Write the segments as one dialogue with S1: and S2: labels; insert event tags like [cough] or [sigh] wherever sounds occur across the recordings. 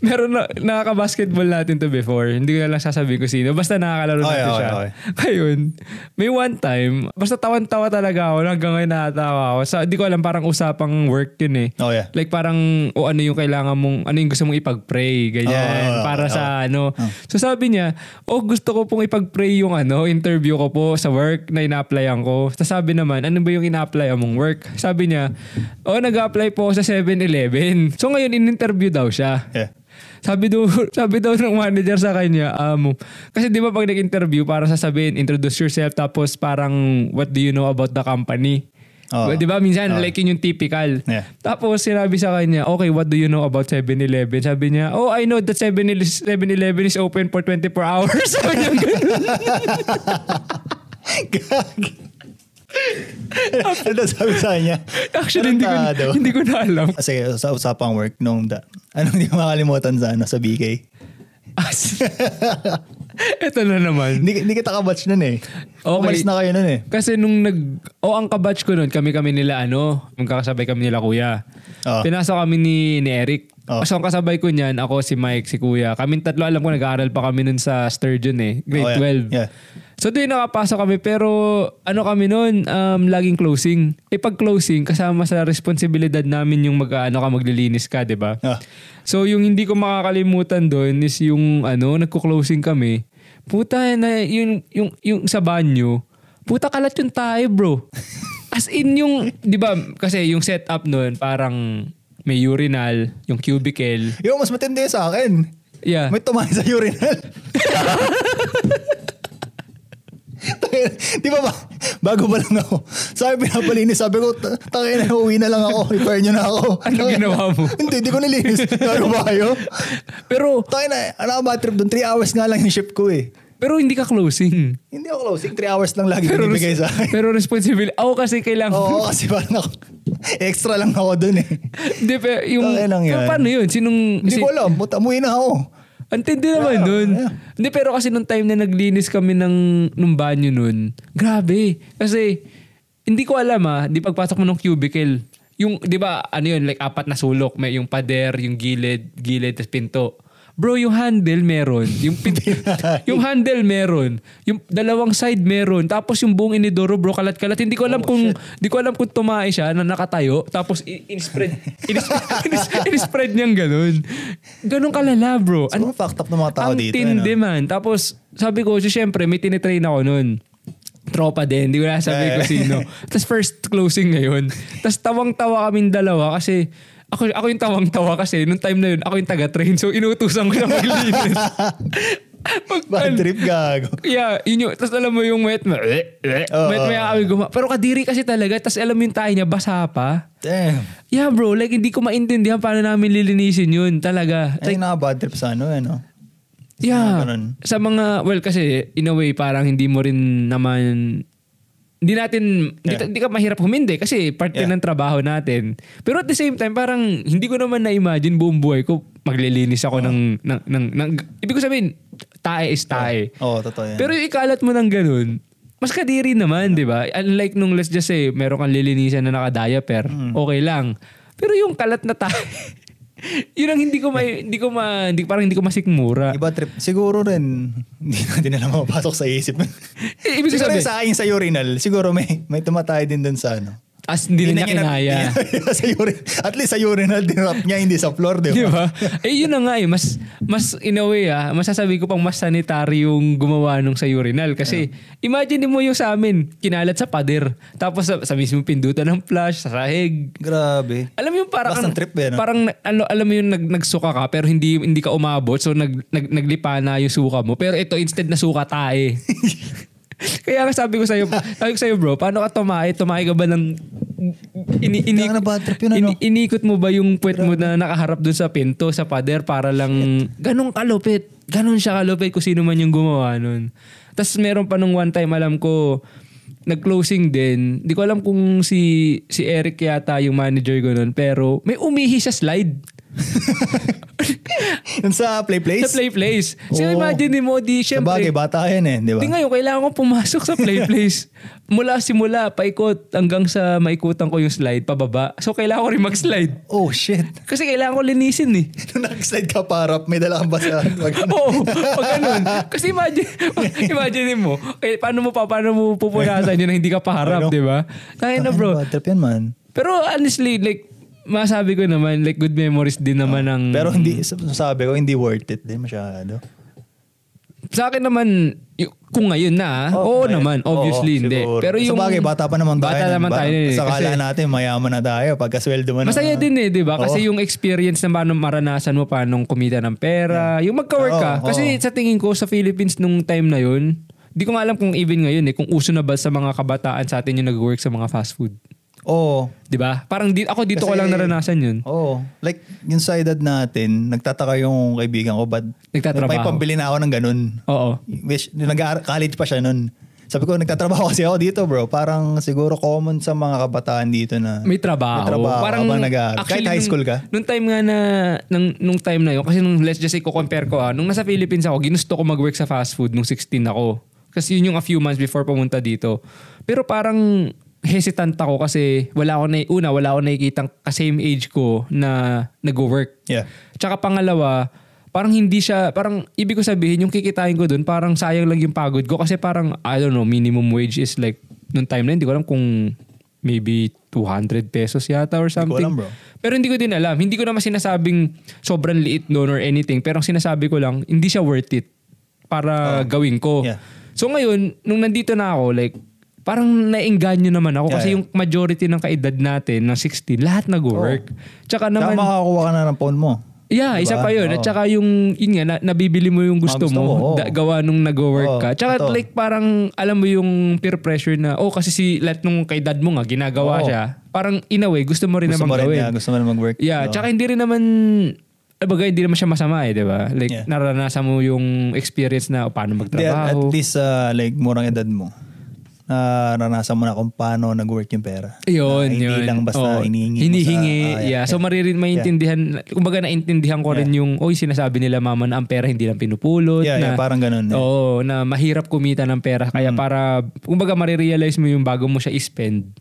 S1: meron na, nakaka-basketball natin to before. Hindi ko na lang sasabihin ko sino. Basta nakakalaro
S2: Okay,
S1: natin
S2: okay,
S1: siya. [laughs]
S2: okay.
S1: Ngayon, may one time, basta tawan-tawa talaga ako. Hanggang ngayon nakatawa ako. Sa, di ko alam, parang usapang work yun eh.
S2: Oh, yeah.
S1: Like parang, o ano yung kailangan mong, ano yung gusto mong ipag-pray, ganyan.
S2: Oo, oo,
S1: para
S2: oo.
S1: sa ano. So sabi niya, oh gusto ko pong ipag-pray yung ano, interview ko po sa work na ina-applyan ko. Tapos sabi naman, ano ba yung ina-apply mong work? Sabi niya, oh nag-apply po ako sa 7-Eleven. So ngayon, in-interview daw siya. [laughs]
S2: Yeah.
S1: Sabi daw, sabi daw ng manager sa kanya, um, kasi di ba pag nag-interview, para sasabihin, introduce yourself, tapos parang, what do you know about the company?
S2: Oo.
S1: Di ba? Minsan, like yun yung typical.
S2: Yeah.
S1: Tapos, sinabi sa kanya, okay, what do you know about 7-Eleven? Sabi niya, oh, I know that 7-Ele- 7-Eleven is open for 24 hours. [laughs] Sabi niya, ganun.
S2: Gag. ano daw sabi sa kanya?
S1: Actually, hindi ko,
S2: Tarantado.
S1: hindi ko na alam.
S2: Sige, sa usapang work nung da. Anong hindi ko makalimutan sa ano, sa BK? [laughs]
S1: As, eto na naman.
S2: Hindi, hindi kita kabatch nun eh.
S1: Okay.
S2: Umalis na kayo nun eh.
S1: Kasi nung nag... O, ang kabatch ko nun, kami-kami nila ano, magkakasabay kami nila kuya.
S2: Oo.
S1: Pinasok kami ni, ni Eric.
S2: Oo.
S1: So, ang kasabay ko niyan, ako, si Mike, si Kuya. Kaming tatlo, alam ko, nag-aaral pa kami nun sa Sturgeon eh. Grade
S2: Oh, yeah.
S1: 12.
S2: Yeah.
S1: So, doon nakapasok kami. Pero, ano kami nun, um, laging closing. Eh, pag closing, kasama sa responsibilidad namin yung mag, ano ka, maglilinis ka, di ba?
S2: Ah.
S1: So yung hindi ko makakalimutan doon is yung ano, nagko-closing kami. Puta na yung yung yung sa banyo. Puta kalat yung tayo, bro.
S2: [laughs]
S1: As in yung, 'di ba? Kasi yung setup noon parang may urinal, yung cubicle.
S2: Yung mas matindi sa akin.
S1: Yeah.
S2: May tumayo sa
S1: [laughs]
S2: urinal. Di ba ba? Bago pa lang ako. Sabi pinapalinis. Sabi ko, "Ta- tangin na, uwi na lang ako. Repair nyo na ako.
S1: Ano
S2: Tangina.
S1: ginawa mo?
S2: Hindi, di ko nilinis. Ano ba
S1: [laughs]
S2: kayo?
S1: Pero
S2: Tangin na, ano ka ba trip doon? Three hours nga lang yung shift ko eh.
S1: pero hindi ka closing.
S2: Hindi ako closing. Three hours lang lagi
S1: Pero
S2: binibigay Ah, sa akin. [laughs] Oh.
S1: pero responsibility. Ako kasi kailangan
S2: Oo, kasi parang ako, extra lang ako doon eh.
S1: Hindi, pero yung...
S2: Tangin lang yan.
S1: pero Paano yun? Sinong...
S2: Hindi
S1: si-
S2: ko alam. Puta, umuwi na ako.
S1: Ang tindi naman nun. Hindi, pero kasi nung time na naglinis kami ng nung banyo nun, grabe. Kasi, hindi ko alam ah, di pagpasok mo ng cubicle, yung, di ba, ano yun, like apat na sulok, may yung pader, yung gilid, gilid, tas pinto. Bro, yung handle meron. Yung, pin- yung handle meron. Yung dalawang side meron. Tapos yung buong inidoro, bro, kalat-kalat. Hindi ko alam kung, hindi ko alam kung tumae siya na nakatayo. Tapos i- in-spread, in-spread, in-spread niyang ganun. Ganun kalala, bro. An-
S2: Sobrang fucked up ng mga Ano tao
S1: Ano ang
S2: dito. eh, ano.
S1: tindi man. Tapos, sabi ko, siyempre, may tinitrain ako nun. Tropa din, hindi ko na sabi
S2: Eh.
S1: ko
S2: [laughs]
S1: sino. Tapos first closing ngayon. Tapos tawang-tawa kaming dalawa kasi ako, ako yung tawang-tawa kasi nung time na yun, ako yung taga-train. So inutusan ko siya maglinis.
S2: [laughs]
S1: Pag,
S2: Bad trip gago.
S1: Yeah, yun yun. Tapos alam mo yung wet, mo, eh, eh,
S2: Oo.
S1: wet maya kami guma. Pero kadiri kasi talaga. Tapos alam mo yung tayo niya, basa pa.
S2: Damn.
S1: Yeah bro, like hindi ko maintindihan paano namin lilinisin yun talaga.
S2: Ay, nakabad trip sa ano, ano.
S1: Yeah.
S2: Mga ganun.
S1: Sa mga, well kasi in a way parang hindi mo rin naman, hindi natin, hindi, ta- hindi ka mahirap humindi kasi part yun ng
S2: Yeah.
S1: trabaho natin. Pero at the same time parang hindi ko naman na-imagine buong buhay ko maglilinis ako ng, ng, ng, ng, ibig ko sabihin, tae is tae.
S2: Oo, totoo yan.
S1: Pero yung ikalat mo ng ganun, mas kadiri naman, di ba? Unlike nung let's just say, meron kang lilinisan na naka-diaper,
S2: Mm.
S1: okay lang. Pero yung kalat na tayo, [laughs] yun ang hindi ko may, hindi ko ma, hindi, parang hindi ko masikmura.
S2: Iba trip. Siguro rin, [laughs] hindi natin alam mapasok sa isip.
S1: Eh, ibig
S2: siguro
S1: sabihin,
S2: yung sa akin sa urinal, siguro may, may tumatay din dun sa ano.
S1: as hindi na niya kinaya.
S2: sa urinal. At least sa urinal, dinrap niya, hindi sa floor, di
S1: [laughs] Di ba?
S2: ba?
S1: eh yun na nga eh, mas, mas in a way ah, masasabi ko pang mas sanitary yung gumawa nung sa urinal. Kasi imagine mo yung sa amin, kinalat sa pader. Tapos sa, sa mismo pindutan ng flush, sa sahig,
S2: Grabe.
S1: Alam mo yung parang
S2: Basta trip eh, no?
S1: parang na- ano, alam mo yung nag, nagsuka ka pero hindi hindi ka umabot so nag, nag naglipa na yung suka mo pero ito instead na suka tae. [laughs] Kaya nga sabi ko sa'yo, sabi ko sa'yo bro, paano ka tumae? Tumae ka ba ng... Ini, ini,
S2: Kaya nga bad trip yun, ano?
S1: ini- inikot mo ba yung puwet mo na nakaharap dun sa pinto, sa pader para lang... Ganong kalupit. Ganon siya kalupit kung sino man yung gumawa nun. Tapos meron pa nung one time, alam ko, nag-closing din. Di ko alam kung si si Eric yata yung manager ko nun, pero may umihi sa slide.
S2: Yung sa play place?
S1: Sa play place. So
S2: Oo.
S1: imagine mo, di
S2: Sa
S1: syempre.
S2: bagay, bata yan eh, di ba?
S1: Di ngayon, kailangan ko pumasok sa play place.
S2: [laughs]
S1: Mula simula, paikot, hanggang sa maikutan ko yung slide, pababa. So kailangan ko rin mag-slide.
S2: Oh shit. [laughs]
S1: Kasi kailangan ko linisin eh.
S2: Nung nag-slide ka parap, may dala kang basahan.
S1: [laughs]
S2: Wag na.
S1: Oo, pag ganun. Kasi imagine, [laughs] imagine mo, eh, paano mo pa, paano mo pupunasan yun na hindi ka paharap,
S2: Ano?
S1: di ba? Tayo na
S2: Tangina,
S1: bro.
S2: bad trip yan man.
S1: Pero honestly, like, masabi ko naman, like, good memories din naman ng...
S2: Ah, Pero hindi, sabi ko, hindi worth it din masyado.
S1: Sa akin naman, y- kung ngayon na, ah, oo
S2: Oh, may-
S1: naman, obviously
S2: oo,
S1: hindi.
S2: siguro.
S1: Pero yung...
S2: Sa bagay, bata pa naman tayo.
S1: Bata naman
S2: Ba-
S1: tayo. eh,
S2: Sa
S1: kasi
S2: kala natin, mayaman na tayo. Pagkasweldo man.
S1: Masaya din eh, di ba? Kasi yung experience na paano maranasan mo paano kumita ng pera, yung magka-work
S2: Oo,
S1: ka.
S2: oo.
S1: Kasi sa tingin ko sa Philippines nung time na yun, di ko nga alam kung even ngayon eh, kung uso na ba sa mga kabataan sa atin yung nag-work sa mga fast food.
S2: Oo.
S1: Di ba? Parang di, ako dito ko
S2: Kasi-
S1: lang naranasan yun.
S2: Oo. Like, yung sa edad natin, nagtataka yung kaibigan ko, ba't
S1: Nagtatrabaho.
S2: may pambili na ako ng ganun?
S1: Oo.
S2: Which, nag-college pa siya nun. Sabi ko, nagtatrabaho kasi ako dito bro. Parang siguro common sa mga kabataan dito na...
S1: May trabaho.
S2: May trabaho
S1: Parang,
S2: habang nag-aaral.
S1: actually,
S2: Kahit high
S1: nung-
S2: school ka?
S1: Nung time nga na, nung, nung time na yun, kasi nung, let's just say, compare ko ha, nung nasa Philippines ako, ginusto ko mag-work sa fast food nung 16 ako. Kasi yun yung a few months before pumunta dito. Pero parang hesitant ako kasi wala ako na, una, wala ako nakikitang ka-same age ko na nag-work.
S2: Yeah.
S1: Tsaka pangalawa, parang hindi siya, parang ibig ko sabihin, yung kikitain ko dun, parang sayang lang yung pagod ko kasi parang, I don't know, minimum wage is like, nung time na yun, hindi ko alam kung maybe 200 pesos yata or something.
S2: alam, bro.
S1: Pero hindi ko din alam. Hindi ko naman sinasabing sobrang liit noon or anything. Pero ang sinasabi ko lang, hindi siya worth it para gawin ko.
S2: Ah. Yeah.
S1: So ngayon, nung nandito na ako, like, parang naengganyo naman ako
S2: Yeah,
S1: kasi
S2: yeah.
S1: yung majority ng kaedad natin, ng 16, lahat nag-work.
S2: Oh.
S1: Tsaka
S2: Saka
S1: naman,
S2: makakakuha ka na ng phone mo.
S1: Yeah,
S2: Diba?
S1: isa pa yun. At
S2: Oo.
S1: saka yung, yun nga, na, nabibili mo yung gusto,
S2: Mga gusto
S1: mo,
S2: mo, oo.
S1: da- gawa nung nag-work
S2: Oo,
S1: ka. Tsaka
S2: totoo.
S1: like parang, alam mo yung peer pressure na, oh kasi si lahat nung kay dad mo nga, ginagawa
S2: Oo.
S1: siya. Parang in a way, gusto mo rin
S2: gusto
S1: naman
S2: mo rin
S1: gawin.
S2: na, gusto mo rin mag-work.
S1: Yeah,
S2: Oo.
S1: tsaka hindi rin naman, abaga, hindi naman siya masama eh, di ba? Like,
S2: Yeah.
S1: naranasan mo yung experience na oh, paano
S2: Hindi, at- at
S1: magtrabaho.
S2: least uh, like murang edad mo. Uh, naranasan mo na kung paano nag-work yung pera.
S1: Yun,
S2: Na
S1: yun.
S2: ah, Hindi lang basta
S1: Oo.
S2: hinihingi mo
S1: Hinihingi,
S2: sa- ah,
S1: yeah. So, maririn, maintindihan, kumbaga naintindihan ko rin yung, oy, sinasabi nila mama na ang pera hindi lang pinupulot.
S2: Yeah,
S1: na,
S2: yeah, parang ganun. eh.
S1: Oo, na mahirap kumita ng pera. Kaya
S2: Mm.
S1: para, kumbaga marirealize mo yung bago mo siya i-spend.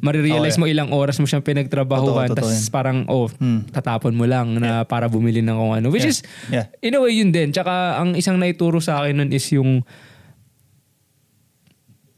S1: Marirealize mo ilang oras mo siyang pinagtrabahuhan.
S2: Totoo, totoo
S1: Tapos parang, oh, tatapon mo lang na para bumili ng kung ano. Which is,
S2: Yeah.
S1: in a way yun din. Tsaka ang isang naituro sa akin nun is yung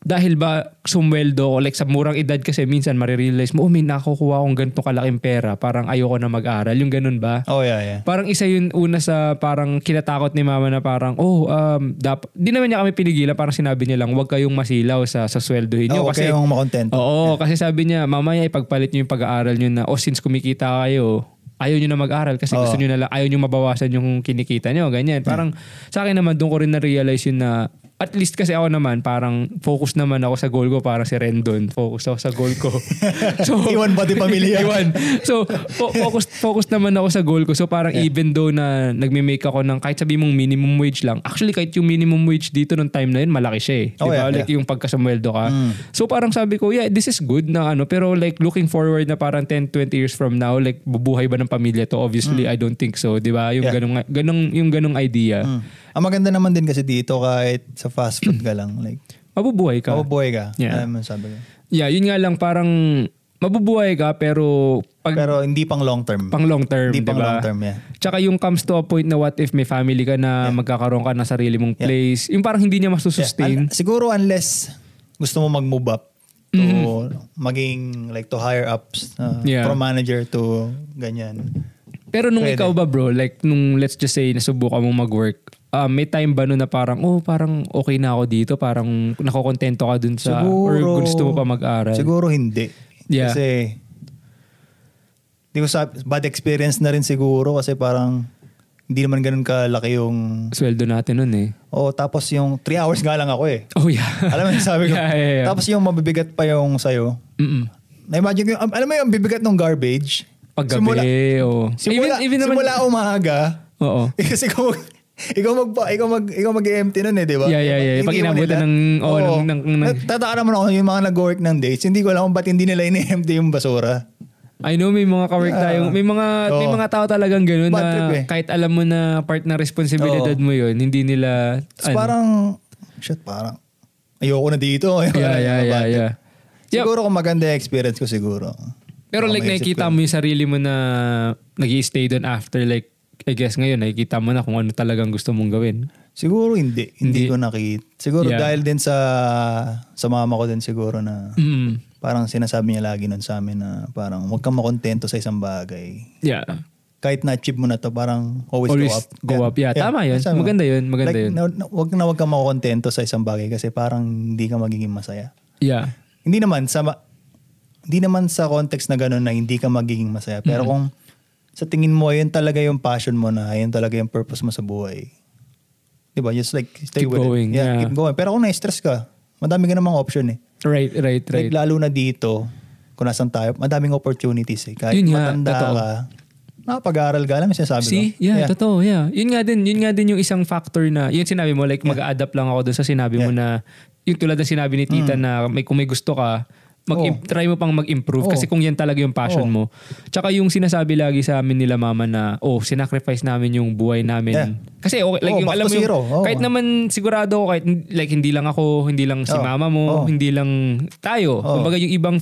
S1: dahil ba sumweldo o like sa murang edad kasi minsan marirealize mo, oh, may nakukuha akong ganito kalaking pera. Parang ayoko na mag-aral. Yung ganun ba?
S2: Oh, yeah, yeah.
S1: Parang isa yun una sa parang kinatakot ni mama na parang, oh, um, dap- di naman niya kami pinigilan. Parang sinabi niya lang, huwag kayong masilaw sa, sa sweldohin niyo.
S2: Oh,
S1: kasi,
S2: okay, yung makontento.
S1: oo, kasi sabi niya, mamaya ipagpalit niyo yung pag-aaral niyo na, oh, since kumikita kayo, ayaw niyo na mag-aral kasi gusto niyo na lang, ayaw niyo mabawasan yung kinikita niyo, ganyan. Parang sa akin naman, doon ko rin na-realize yun na, at least kasi ako naman, parang focus naman ako sa goal ko, parang si Rendon, focus ako sa goal
S2: [laughs]
S1: ko. so,
S2: Iwan ba di
S1: [laughs]
S2: pamilya?
S1: Iwan. So, fo- focus focus naman ako sa goal ko. So, parang even though na nagme-make ako ng kahit sabi mong minimum wage lang, actually kahit yung minimum wage dito nung time na yun, malaki siya eh.
S2: Oh,
S1: Di ba?
S2: yeah,
S1: like yung pagkasamweldo ka.
S2: Mm.
S1: So, parang sabi ko, yeah, this is good na ano. Pero like looking forward na parang 10, 20 years from now, like bubuhay ba ng pamilya to? Obviously, I don't think so. Di ba? Yung,
S2: Mm. Yeah.
S1: ganong, ganong, yung ganong idea.
S2: Mm. Ang maganda naman din kasi dito kahit sa fast food ka lang. Like,
S1: Mabubuhay ka.
S2: mabubuhay ka.
S1: Yeah.
S2: Alam mo sabi ko.
S1: yeah, yun nga lang parang mabubuhay ka pero pag
S2: Pero hindi pang long term.
S1: pang long term, diba?
S2: hindi
S1: di ba?
S2: pang long term, yeah.
S1: Tsaka yung comes to a point na what if may family ka na magkakaroon ka na sarili mong place. Yung parang hindi niya masusustain.
S2: Un- siguro unless gusto mo mag-move up to maging like to higher ups uh,
S1: Mm-hmm. Yeah.
S2: from manager to ganyan.
S1: Pero nung
S2: Pwede.
S1: ikaw ba bro, like nung let's just say nasubukan mong mag-work, ah, may time ba nun na parang, oh parang okay na ako dito, parang nakokontento ka dun sa, or gusto mo pa mag-aral?
S2: Siguro hindi.
S1: Yeah.
S2: Kasi, hindi ko sabi, bad experience na rin siguro kasi parang hindi naman ganun kalaki yung,
S1: Sweldo natin nun eh.
S2: oh tapos yung 3 hours nga lang ako eh.
S1: Oh yeah.
S2: Alam mo yung sabi
S1: [laughs]
S2: ko.
S1: Yeah, yeah, yeah.
S2: Tapos yung mabibigat pa yung sayo.
S1: Mm-mm.
S2: Na-imagine ko, yung- alam mo yung bibigat ng garbage?
S1: Paggabi,
S2: Simula,
S1: oh.
S2: simula, simula umaga. [laughs]
S1: Oo.
S2: Eh, kasi ikaw, mag- ikaw mag ikaw mag ikaw mag-empty nun eh, 'di ba?
S1: Yeah, yeah, yeah.
S2: Hindi
S1: Pag
S2: mo
S1: inabutan
S2: nila-
S1: ng- oo, ng- ng- ng-
S2: Nat- tataka naman ako yung mga nag-work ng dates, hindi ko alam kung ba't hindi nila ini-empty yung basura.
S1: I know may mga kawork
S2: Yeah.
S1: tayong, may mga may
S2: Oo.
S1: mga tao talagang ganun
S2: Bad
S1: na
S2: trip eh.
S1: kahit alam mo na part ng responsibilidad
S3: Oo.
S1: mo yun, hindi nila ano.
S2: Tapos parang, shit, parang, ayoko na dito. [laughs] Ayoko
S1: yeah,
S2: na
S1: yeah, yeah,
S2: bakit?
S1: yeah. Yep.
S2: Siguro kung maganda yung experience ko siguro.
S1: Pero
S2: Baka
S1: like
S2: maisip
S1: nakikita
S2: ko.
S1: mo yung sarili mo na nag stay doon after like I guess ngayon nakikita mo na kung ano talagang gusto mong gawin.
S2: Siguro hindi. Hindi, ko nakita. Siguro
S1: Yeah.
S2: dahil din sa sa mama ko din siguro na
S1: Mm.
S2: parang sinasabi niya lagi nun sa amin na parang huwag kang makontento sa isang bagay.
S1: Yeah.
S2: Kahit na-achieve mo na to, parang always,
S1: Always
S2: go up.
S1: go up. Yeah, tama yun.
S2: Sabi mo.
S1: Maganda yun, maganda
S2: like,
S1: yun.
S2: Na, na- huwag na huwag kang makontento sa isang bagay kasi parang hindi ka magiging masaya.
S1: Yeah.
S2: Hindi naman sa ma- hindi naman sa context na gano'n na hindi ka magiging masaya. Pero kung sa tingin mo, yun talaga yung passion mo na, yun talaga yung purpose mo sa buhay. Di ba? Just like, stay
S1: Keep
S2: with
S1: going,
S2: it.
S1: yeah.
S2: keep going. Pero kung na-stress ka, madami ka namang option eh.
S1: Right, right, right.
S2: Like, lalo na dito, kung nasan tayo, madaming opportunities eh. Kahit
S1: Yun nga,
S2: matanda
S1: totoo.
S2: ka, nakapag-aaral ka, alam mo sinasabi ko.
S1: See? Yeah, totoo. Yeah. Yun nga din, yun nga din yung isang factor na, yun sinabi mo, like mag-adapt lang ako doon sa sinabi mo na, yung tulad na sinabi ni tita
S2: Mm.
S1: na may, kung may gusto ka, mag try mo pang mag-improve
S2: Oo.
S1: kasi kung yan talaga yung passion mo. Tsaka yung sinasabi lagi sa amin nila mama na, oh, sinacrifice namin yung buhay namin.
S2: Yeah.
S1: Kasi okay, like
S2: Oo,
S1: yung
S2: back
S1: alam
S2: to
S1: mo, yung-
S2: zero. Oo.
S1: kahit naman sigurado ako, kahit like hindi lang ako, hindi lang si
S2: Oo.
S1: mama mo,
S2: Oo.
S1: hindi lang tayo.
S2: Oo.
S1: Kumbaga yung ibang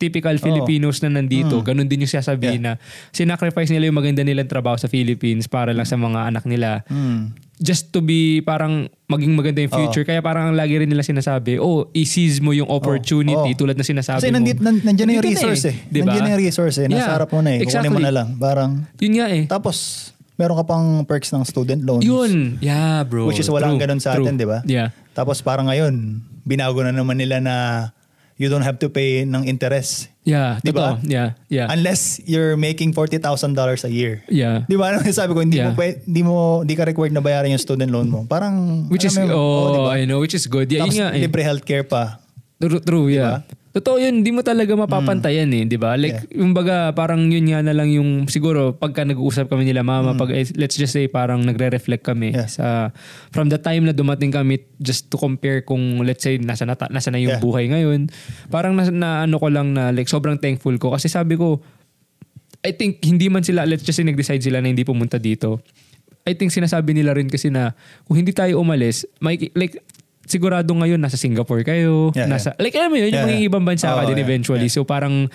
S1: typical Filipinos na nandito,
S2: Hmm.
S1: ganun din yung sasabihin na sinacrifice nila yung maganda nilang trabaho sa Philippines para lang sa mga anak nila.
S2: Hmm.
S1: Just to be parang maging maganda yung future. Kaya parang lagi rin nila sinasabi, oh, i-seize mo yung opportunity
S2: Oo.
S1: tulad na sinasabi
S2: Oh. Kasi
S1: mo.
S2: nandito, nan, nandiyan na yung
S1: Nandito
S2: resource eh.
S1: Diba?
S2: Nandiyan na yung resource eh. Nasa
S1: Yeah.
S2: harap mo na eh. Kukunin mo
S1: Exactly.
S2: na lang. Parang,
S1: Yun nga eh.
S2: Tapos, meron ka pang perks ng student loans.
S1: Yun. Yeah, bro.
S2: Which is walang
S1: True.
S2: ganun sa
S1: True.
S2: atin, diba? di
S1: Yeah.
S2: ba? Tapos parang ngayon, binago na naman nila na you don't have to pay ng interest.
S1: Yeah,
S2: Di ba?
S1: totoo. Yeah, yeah.
S2: Unless you're making $40,000 a year.
S1: yeah.
S2: Di ba? Ano yung sabi ko, hindi
S1: Yeah.
S2: mo, pwede, hindi mo, hindi ka required na bayaran yung student loan mo. Parang,
S1: Which is,
S2: alam
S1: oh,
S2: mo yun, oo, di ba?
S1: I know, which is good. Yeah,
S2: Tapos
S1: yun nga eh.
S2: libre healthcare pa.
S1: True, true yeah.
S2: Diba?
S1: Totoo yun, hindi mo talaga mapapantayan
S2: Mm.
S1: eh, di ba? Like, yung baga, parang yun nga na lang yung, siguro, pagka nag-uusap kami nila mama, pag, eh, let's just say, parang nagre-reflect kami
S2: Mm. Yeah.
S1: sa, from the time na dumating kami, just to compare kung, let's say, nasa na, nasa na yung
S2: Yeah.
S1: buhay ngayon, parang nasa, na ano ko lang na, like, sobrang thankful ko. Kasi sabi ko, I think hindi man sila, let's just say nag-decide sila na hindi pumunta dito. I think sinasabi nila rin kasi na kung hindi tayo umalis, may, like, sigurado ngayon nasa Singapore kayo.
S2: Yeah,
S1: nasa, Like, alam mo yun, yung
S2: Yeah,
S1: mga
S2: yeah.
S1: ibang bansa ka
S2: Oo,
S1: din
S2: yeah,
S1: eventually. So, parang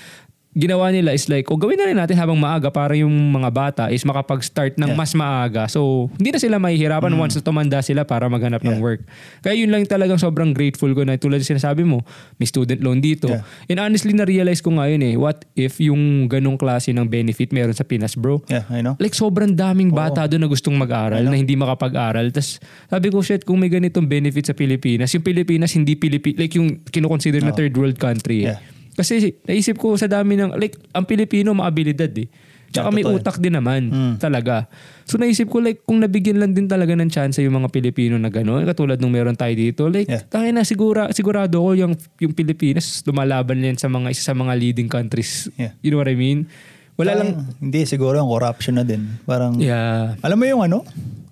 S1: ginawa nila is like, o gawin na rin natin habang maaga para yung mga bata is makapag-start ng
S2: Yeah. Mm.
S1: mas maaga. So, hindi na sila mahihirapan once na tumanda sila para maghanap ng
S2: Yeah.
S1: work. Kaya yun lang talagang sobrang grateful ko na tulad ng sinasabi mo, may student loan dito.
S2: Yeah.
S1: And honestly, na-realize ko ngayon eh, what if yung ganong klase ng benefit meron sa Pinas, bro?
S2: Yeah, I know.
S1: Like sobrang daming bata doon na gustong mag-aral na hindi makapag-aral. Tapos sabi ko, shit, kung may ganitong benefit sa Pilipinas, yung Pilipinas hindi Pilipinas, like yung kinoconsider na third world country. eh.
S2: Yeah.
S1: Kasi naisip ko sa dami ng, like ang Pilipino maabilidad eh. Tsaka
S2: Yeah,
S1: may
S2: totoo eh.
S1: utak din naman talaga. So naisip ko like kung nabigyan lang din talaga ng chance yung mga Pilipino na gano'n, katulad nung meron tayo dito, like
S2: Yeah.
S1: tayo na sigura, sigurado ko yung, yung Pilipinas lumalaban yan sa mga isa sa mga leading countries.
S2: Yeah.
S1: You know what I mean? Wala lang,
S2: Parang, Hindi, siguro yung corruption na din. Parang,
S1: yeah.
S2: alam mo yung ano?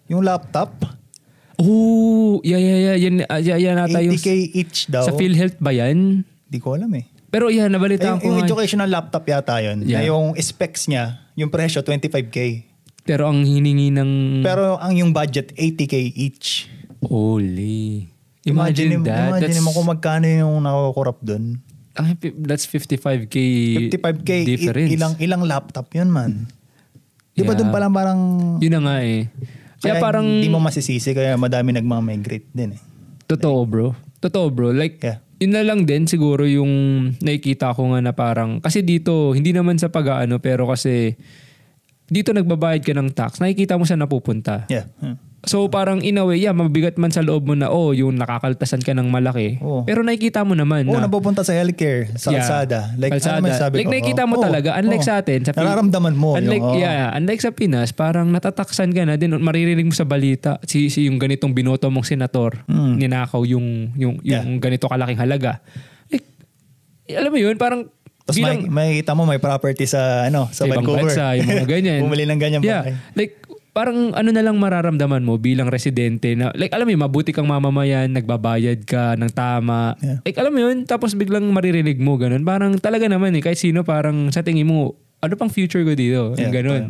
S2: Yung laptop?
S1: Oh, yeah, yeah, yeah. Yan, ah, yeah, yeah, nata yung
S2: 80k each daw.
S1: sa PhilHealth ba yan?
S2: Hindi ko alam eh.
S1: Pero yeah,
S2: Ay,
S1: nabalitaan
S2: yung,
S1: ko
S2: yung
S1: nga.
S2: educational laptop yata yun. Na
S1: Yeah.
S2: yung specs niya, yung presyo 25k.
S1: Pero ang hiningi ng...
S2: Pero ang yung budget 80k each.
S1: Holy. Imagine,
S2: mo-
S1: that.
S2: Imagine
S1: that's,
S2: mo kung magkano yung nakakorap doon.
S1: ah, pi- that's 55K
S2: 55k i-
S1: difference.
S2: ilang ilang laptop yun man. Di ba
S1: Yeah.
S2: doon palang parang
S1: Yun na nga eh. Kaya, parang...
S2: hindi mo masisisi kaya madami nagmamigrate din eh.
S1: Totoo bro. Totoo bro. Like,
S2: Yeah.
S1: yun na lang din siguro yung nakikita ko nga na parang, kasi dito, hindi naman sa pag-ano, pero kasi dito nagbabayad ka ng tax, nakikita mo saan napupunta.
S2: Yeah. Hmm.
S1: So parang in a way, yeah, mabigat man sa loob mo na, oh, yung nakakaltasan ka ng malaki.
S2: Oo.
S1: Pero nakikita mo naman
S2: Oo,
S1: na,
S2: napupunta sa healthcare, Oh. sa
S1: Yeah.
S2: kalsada. Like,
S1: Kalsada.
S2: ano man sabi
S1: like
S2: ko?
S1: nakikita mo
S2: Oo,
S1: talaga, unlike
S2: oo.
S1: sa atin, sa Pil-
S2: Nararamdaman mo. Oh. yung-
S1: Unlike,
S2: oo.
S1: yeah, unlike sa Pinas, parang natataksan ka na din. Maririnig mo sa balita, si, si yung ganitong binoto mong senator,
S2: Mm.
S1: ninakaw yung, yung, yung ganito kalaking halaga. Like, alam mo yun, parang
S2: Tapos may,
S1: bilang-
S2: makikita mo may property sa ano sa,
S1: ibang
S2: Vancouver.
S1: bansa, yung mga ganyan.
S2: [laughs] Bumili ng ganyan
S1: yeah.
S2: bahay.
S1: Like, parang ano na lang mararamdaman mo bilang residente na, like, alam mo yun, mabuti kang mamamayan, nagbabayad ka ng tama.
S2: Yeah.
S1: Like, alam mo yun, tapos biglang maririnig mo, ganun. Parang talaga naman eh, kahit sino, parang sa tingin mo, ano pang future ko dito?
S2: Yeah,
S1: Yung ganun.